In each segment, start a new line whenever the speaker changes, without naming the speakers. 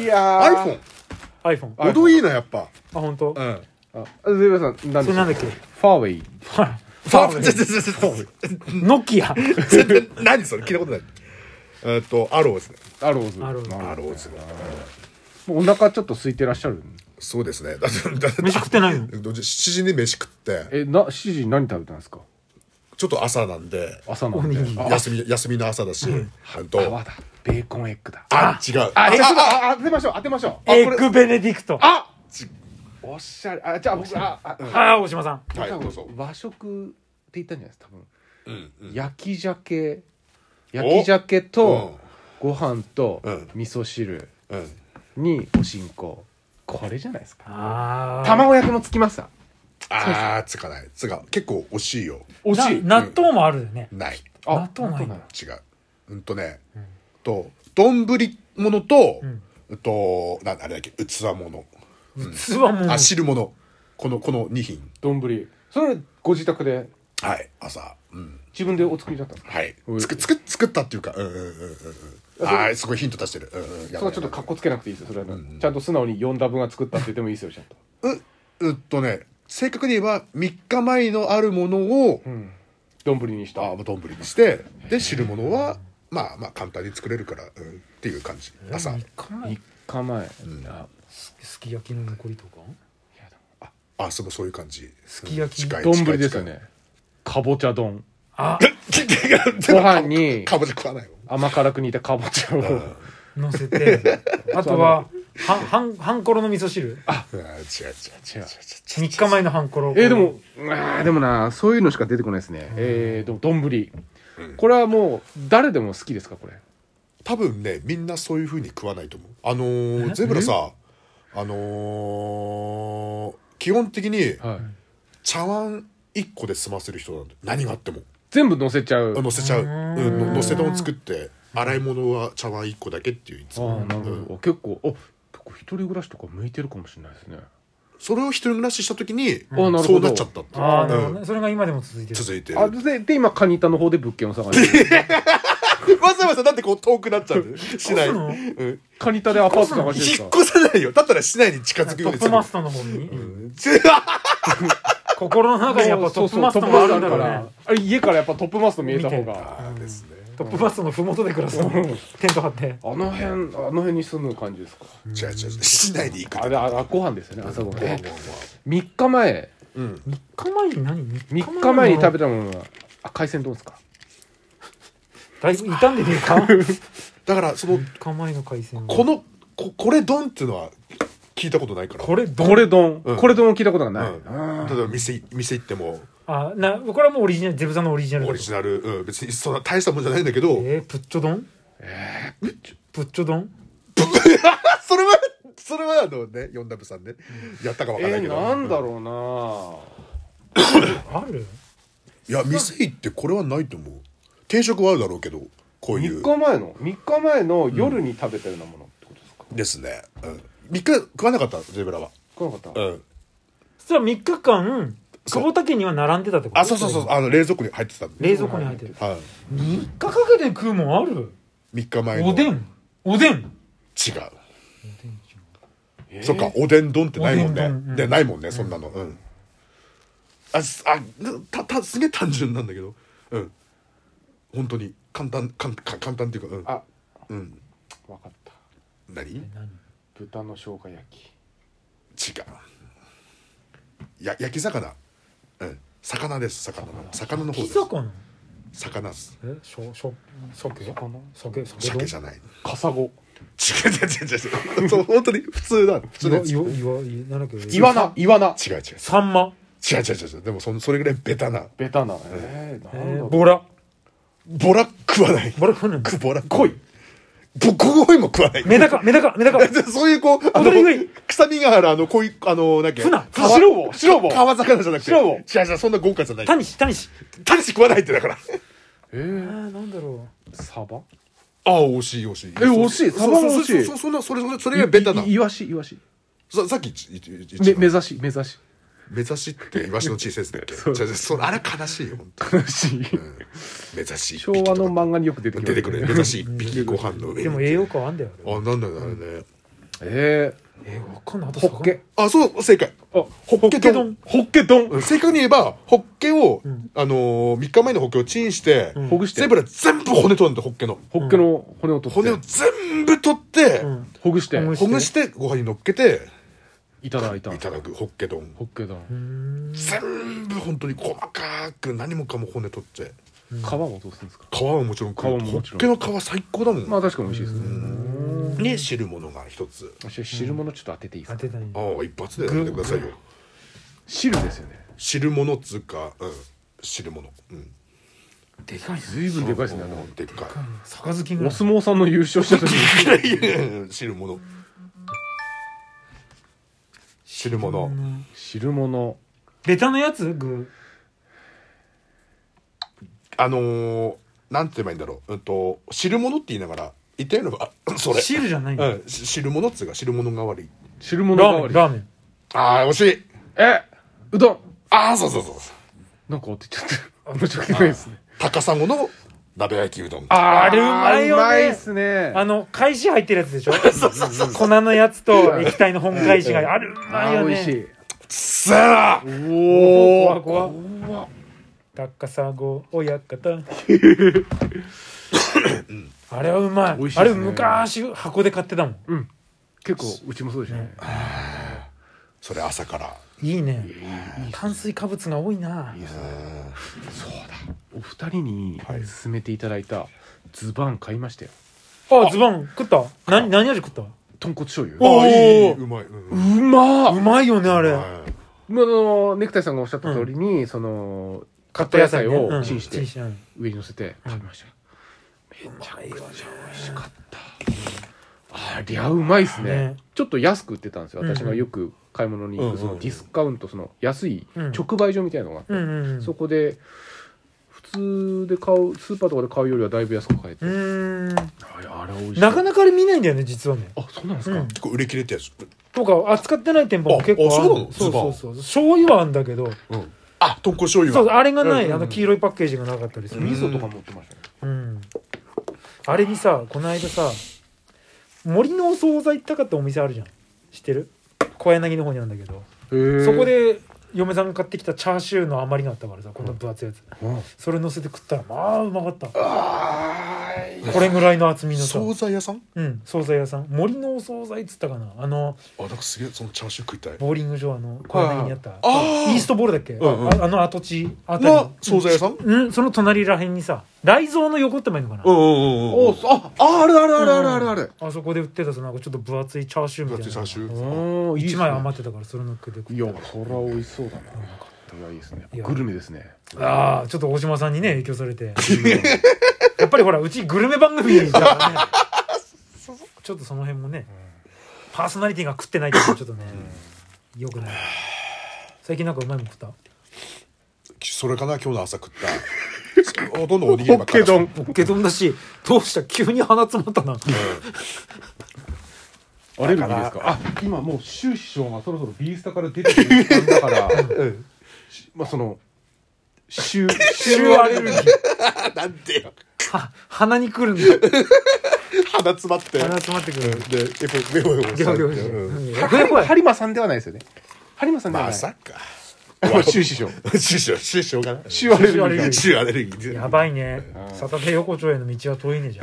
いやー
iPhone
ー iPhone。あ、
音いいなやっぱ
本当。
うん
あゼブラさん何
それなんだっけ
ファーウェイ
フ ァーウェイ
ノキア。
全然何それ聞いたことないえっとアローズね
アローズ
アローズ
なるほど
アローズ
もうお腹ちょっと空いてらっしゃる
そうですねだってだって
飯食ってないの
7時に飯食って
えな7時に何食べたんですか
ちょっと朝なんで
朝なんで
おにぎり
あ
休み休みの朝だしあと
皮だベーコンエッグだ
あ違う
あ
あ
えちょっとああ当てましょう当てましょうあ
エ
こ
ッ
れ
グベネディクト。
あおっしゃれあじゃあ僕ああ
あー、大島さん。
はい
多
どう
分
ぞ
和食って言ったんじゃないですか多分
うんうん
焼き鮭焼き鮭とご飯と
うん
味噌汁
うん
におしんここれじゃないですか
あー。
卵焼きもつきました
ああつかないつか結構惜しいよ
惜しい
な納豆もあるよね。
ない
あ
納豆ない
納
違ううんとねと丼物と
ん
うんとなんあれだっけ器物
酢はもう
あ。汁物このこの2品
丼それご自宅で
はい朝うん
自分でお作りだったんですか
はい
おい
つくつく作ったっていうかうんうんうんうんうんはいすごいヒント出してるうんうん
それ
やば
はいちょっと
やば
か
い
っこつけなくていいですよそれはちゃんと素直に4打分が作ったって言ってもいいですよちゃんと
ううっとね正確に言えば3日前のあるものを
うん丼にした
あ丼にしてで汁物はまあまあ簡単に作れるから、うん、っていう感じ朝
三日前
3日前
ん
あ
すすき焼きの残りとか
あそうそういう感じ
すき焼き
うん近い
丼ですよねかぼちゃ 丼
あ、
近い近い
ご飯に
かぼちゃ食わないよ
甘辛く煮たかぼちゃを
乗せて。あとは、は、はん、はんころの味噌汁。
うん違う違う違う違う違う
3日前のハンコロ。
えー、でも、あーでもな、そういうのしか出てこないですね。えー、でも、丼。これはもう、誰でも好きですか、これ。
多分ねみんなそういうふうに食わないと思うあのーゼブラさあのー基本的に
はい。
茶碗1個で済ませる人なんで何があっても
全部乗せちゃう。
乗せちゃう、
う
う
ーん
ん、ののせ丼作って洗い物は茶碗1個だけっていういつ
あ
も
あ、なるほ
うん
ど。あ結構、あ、結構一人暮らしとか向いてるかもしれないですね。
それを一人暮らしした時に、
あなるほど
そうなっちゃったっていう
ああ、なるほど
う
ね。それが今でも続いて
ん
る。
続いてる
あ、で、で、今、カニタの方で物件を探してる。
わざわざなんでこう遠くなっちゃうの市内
そうなの
に、うん、
カニタでアパート探して
引
る
っ
か。
越さないよだったら市内に近づくよ
トッ
うにす
プ
る
マ ストの方に、
う
心の中にやっぱトップマスト
そう
もあ
そ
るんだろう
うトップマストあるか
ね
ら。あれ、家からやっぱトップマスト見えた方
見て
が。
わですね
トップマストのふもとで暮らすのテント張って
あの辺、あの辺に住む感じですか。
違う違う違う市内に行く
あれ、あ、ご飯ですよね、朝ごはん。
うん
3日前、
うん
3日前に何
3日前に食べ
べ
たものは、あ、海鮮丼ですか。
だいぶ傷んでねえか3
だからその
日前の海鮮
このここれ丼っていうのは聞いたことないから
これど
これ丼、
うん
これ丼を聞いたことが
う
ない、
ん、例えば店店行っても
あなこれはもうオリジナルゼブさんのオリジナル
オリジナル、うん、別にそんな大したもんじゃないんだけど、
えー、プッチョ丼プッチョ丼
それはそれはあのね四ダブさんねやったかわからな
え
いけ
ー、
ど、
なんだろうな
ある
いや店行ってこれはないと思う定食はあるだろうけどこうい
3
う
日前の3日前の夜に食べたようなものってことですか、
ですね、うん、3日食わなかったゼブラは
食わなかった、
うん
そしたら3日間
そう
久保田家には並んでたってこと
あそうそうそうあの冷蔵庫に入ってたんで、
冷蔵庫に入ってる
はい、
3日かけて食うもんある
3日前の
おでんおでん
違う
えー
そっか、おでん丼ってないもん
おで
ね
ん丼。
で、ないもんね、そんなの。うん。あ、すあ、た、た、すげえ単純なんだけど。うん。本当に、簡単、かん、か、簡単っていうか、
あ
うん。うん。
分かった
何違う。
何
豚の生姜焼き
や、焼き魚。うん。魚です、魚の。魚の方
ピ
です
ザ。かな
魚っす。
えしょしょ鮭
魚
鮭鮭
鮭
丼
じゃない。違
カサゴ
う違う違う違う。そう、本当に、普通だ。普通のやつ違
いわ
う
いわいわなんだっけ
イワナイワナ
違う。違う
サンマ
違う違う違う。でも、その、それぐらいベタな。
ベタなえー、なんだ
え
ろ
ー
う、
ボラ
ボラ食わない。
ボラ食わない
くボラ来い。ぼ、こごいも食わない。
メダカメダカメダカ
そういうこう、あの
踊り食い、
臭みがある、あの、こういう、あの、なんだっけ
ツナ
川
白魚白魚
川魚じゃなくて。
白魚
違う違う、そんな豪華じゃない。
タニシタニシ
タニシ食わないってだから。
あ
えー、
ーなんだろ
サバ
ああ、惜しい、惜しい。え
惜しいサバも惜しい
そ、そ、そんな、それ、それ、それがベタな。
イワシイワシ
ささっき言っ、言っ言っ
め
言っ
目指し目指し
目指しってイワシの小さいやつだっけ
そう
じゃあそれあれ悲しいよ本当に
悲しい
うん目指し一
昭
匹と
和
か
の漫画によく出てきます
出てくるね目指し一匹ご飯の上に
でも栄養価はあんだよあれ
あなんだろうねあれね
え
えー、わかんないあ
え
と
ホッケ
あそう正解
あホ
ッケ
丼
ホッケ丼
正確に言えばホッケを、
ん
あのー、3日前のホッケをチンして、
ん
ほぐして
全部ら全部骨取るんだホッケの
ホッケの骨を取って
骨を全部取って、
うん
ほぐして
ほぐ
ほぐしてご飯に乗っけて
いただいた
いただくホッケ丼
ホッケ丼
全部本当に細かく何もかも骨取って
皮を落とすんですか
皮はもちろん食う
皮も
ホ
もちろ
ッ
ん
ケの皮最高だもん、
まあ確かに美味しいですね
ね汁物が一つ
私は汁物ちょっと当てていいです
当て
か
たい
ああ一発でやってくださいよ
汁ですよね
汁物っつうか、うん、汁物うん
でかいね
随分でかいですねあの
うんでっか
杯
お
が
相撲さんの優勝した時に
いいやいやいや汁物汁物
汁物
ベタのやつ具
あのー、なんて言えばいいんだろう、うん、と汁物って言いながら言ったようなあそれ
汁じゃない
うん、し汁物っつうか汁物が悪い
汁物
ラーメン
代わ
ラーメン
ああ惜しい
りえうどん
ああそうそうそう
なんか当てちゃった申し訳ないですね
高砂の鍋焼きうどん
あ
あれうまいよね
うまいっすね
あの返し入ってるやつでしょ粉のやつと液体の本返しがあるうま
あ
い
ー
よ
美味し
ね
い
さあ
お
怖怖
怖
高砂親方あれはうまい
美味しい
あ
です
れ
ね
昔箱で買ってたもん
うん結構うちもそうでしたね
それ朝から
いいね炭水化物が多いな
お二人に勧めていただいたズバン買いましたよ
あズボン食った何何味食った
豚骨醤
あ
油
あいい
おー
うまいう
うんま
う
っ
まいよねあれ
はい
まああのネクタイさんがおっしゃった通りにそのカット野菜をチンして
チンしてうん
上に乗せて食べました
うまいよね
美味しかったありゃうまいっすね
ね
ちょっと安く売ってたんですよ
うんうん
私がよく買い物に行
うんうん
くそのディスカウントその安い
うん
直売所みたいなのがあって
うんうんうん
そこで普通で買うスーパーとかで買うよりはだいぶ安く買えて
うーん
あれあれ美味しい
なかなかあれ見ないんだよね実はね
あそうなんですか、
うん
結構売り切れたやつ
とか扱ってない店舗も結構
ああ
ある
そうなの
そうそうそう醤油はあんだけど
うんあ豚骨醤油
そう
が
あれがない、
うんうんうん
あの黄色いパッケージがなかったりする、
味噌とかも売ってましたね
うんあれにさこの間さ森のお惣菜行ったかってお店あるじゃん知ってる小柳の方にあるんだけどそこ、で嫁さんが買ってきたチャーシューの余りがあったからさこんな分厚いやつ
うん
それ乗せて食ったらまあうまかった
ああいい
これぐらいの厚みのさ
惣菜屋さん
うん惣菜屋さん森のお惣菜っつったかなあの
あなんかすげえそのチャーシュー食いたい
ボーリング場あの小柳にあった
あー
イーストボールだっけ、
んうん
ああの跡地あたり
が惣菜屋さん
うん、その隣らへんにさ雷蔵の横ってもいいのかな、
うんうんうんうん
おそあああるあるあるあるあるある、
あそこで売ってたそのなんかちょっと分厚いチャーシューみたいな
分厚いチャーシュ
おーいいっす
1
ね
枚余ってたからそれのっけて食
い
っ
やそりゃ美味しそうだな、いやいいですね
いや
グルメですね
たああちょっと大島さんにね影響されてやっぱりほらうちグルメ番組だからねちょっとその辺もね、パーソナリティが食ってないっていうのはちょっとね、よくない最近なんかうまいもん食った
それかな今日の朝食ったほとんどおにぎりばっかりだ
オッケ丼だしどうした急に鼻詰まったな
アレルギーですかあ今もう周師匠がそろそろビースタから出てくる時間だ から、
うん
しまあその 週
週アレルギー
あなんでよ
は鼻にくるんだよ
鼻詰まって
鼻詰まってくる
でエフエフエフエフ
ギョギョ
エ
ギョ
フうん
ギョギョ
ハリマさんではないですよねハリマさんでは
ま
ない、
さか
まあ、周師匠
師匠師匠がな
週アレルギ
週アレルギ
ー
ー
週アレルギー
やばいねサタデー横丁への道は遠いねじゃ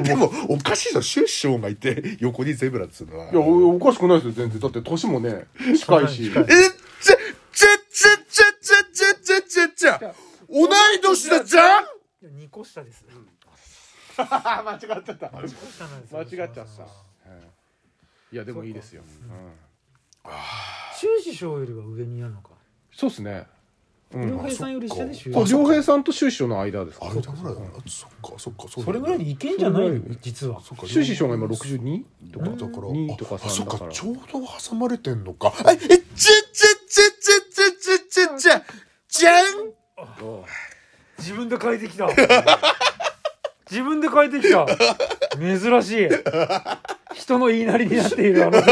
ん
でもおかしいぞ師匠がいて横にゼブラっつうのはい
やおおかしくないですよ全然だって年もね近いし
近い
えちゃちゃちゃちゃちゃちゃちゃちゃちゃ同い年だじゃん
2個下です
あ 間違っちゃった間違
二個下なんですよ
っちゃった、いやでもいいですよ、うん、
修士賞よりは上にあるのか
そうっすね
良平さんより下でし
そ
ょ
う良平さんと周師匠の間ですか
あれだぐらいだなそっかそっかそうだ
それぐらいにいけんじゃないよ実は
そっか
周師匠が今 62? とか
だから
2とか
あそ
3
っ
だ
か
から
ちょうど挟まれてんのかええちゃちゃちゃちゃちゃちゃちゃじゃん
自分で変えてきた自分で変えてきた珍しい人の言いなりになっているあの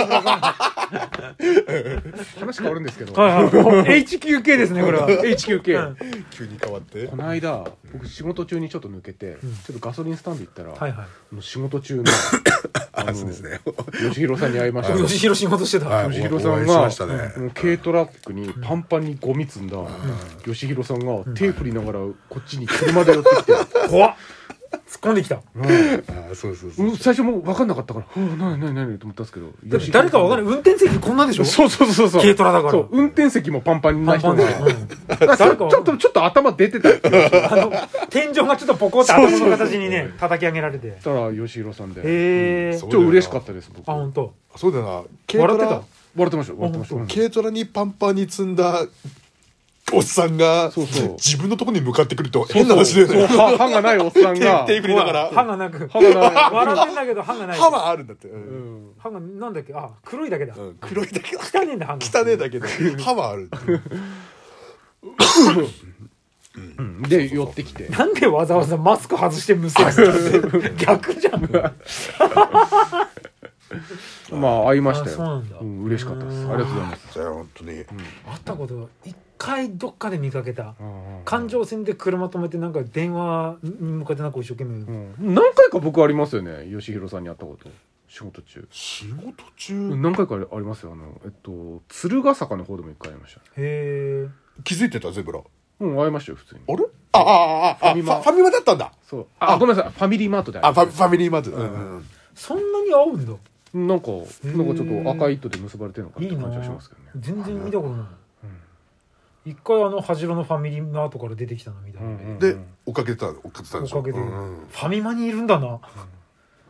話変わるんですけど、
はいはい HQK ですねこれは
HQK、
うん
急に変わって
この間僕仕事中にちょっと抜けて、
ん
ちょっとガソリンスタンド行ったら、
はいはい
あの仕事中のあの
そうですね
吉弘さんに会いました
吉弘仕事してた、
はい
吉弘さん
おお
が、
会いしましたね
この軽トラックにパンパンにゴミ積んだ、吉弘さんが手振りながらこっちに車で寄ってきて、
怖っ突っ込んできた
ああそうそうそう
うん最初もう分かんなかったから「はあ何何何?」と思ったんですけど
だって誰かわか
る
る運転席こんなでしょ
そうそうそうそう
軽トラだから
そう運転席もパンパンな
パンパ
人
ン
が
で、誰
あそう
かわ
ちょ
かん
っ
な
と
い
ちょっと頭出てたって言っ
あの天井がちょっとポコって頭の形にね叩き上げられてへ
たら吉弘さんで
え
そ
ちょ
う
っと嬉しかったです僕
あ
笑
本当。
そうだよな軽
笑
ト
って
ラ
た
ってましたよ笑ってましたようん
軽トラにパンパンに積んだおっさんが
そうそう
自分のとこに向かってくると変な話だよ
そう
ね
歯歯がないおっさんが
手手振りなが
歯
ら
がなく
歯がない
笑ってんだけど歯がない
歯はあるんだってう
うんん
歯がなんだっけあ黒いだけだ
うん黒いだけ
汚ねえんだ歯が
汚ねえだけど歯はあるっていう
うんで寄ってきて
なんでわざわざマスク外してむせるの逆じゃん
まあ会いました
あそう
よ
なんだ
うん嬉しかったですありがとうございます
それは本当に
会ったこと一回どっかで見かけた
うん
環状線で車止めてなんか電話に向かってなんか一生懸
う
命
ん何回か僕ありますよね吉弘さんに会ったこと仕事中
仕事中
何回かありますよあのえっと鶴ヶ坂の方でも一回会いましたね
へえ
気づいてたゼブラあ
うん会いましたよ普通に
れあああああ
ファミ
フ
マ
ァファミマだったんだ
そうあごめんなさいファミリーマートで会い
あ
ま
フ
した
ァファミリーマートだうんうん
そんなに合うんだ
なんかなんかちょっと赤い糸で結ばれてるのかないっ
い
て
な
感じがしますけどね
全然見たことない一回あの恥じろのファミリーマートから出てきたのみたいな
うんうん
で追っかけてた追っかけてたん
お
でしょ
かげで
う
フ
んうん
ァミマにいるんだなフ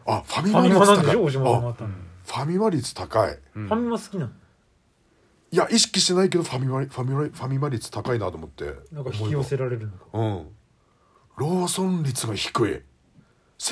あファミ
ァ
マ
ミ
率
マなんで
高
し
い
ょ大島さんがあ
あ
ったの
ファミマ率高い
うん
ファミマ好きなの
いや意識してないけどファミマファミマファミマ率高いなと思って
なんか引き寄せられるのか
うんローソン率が低い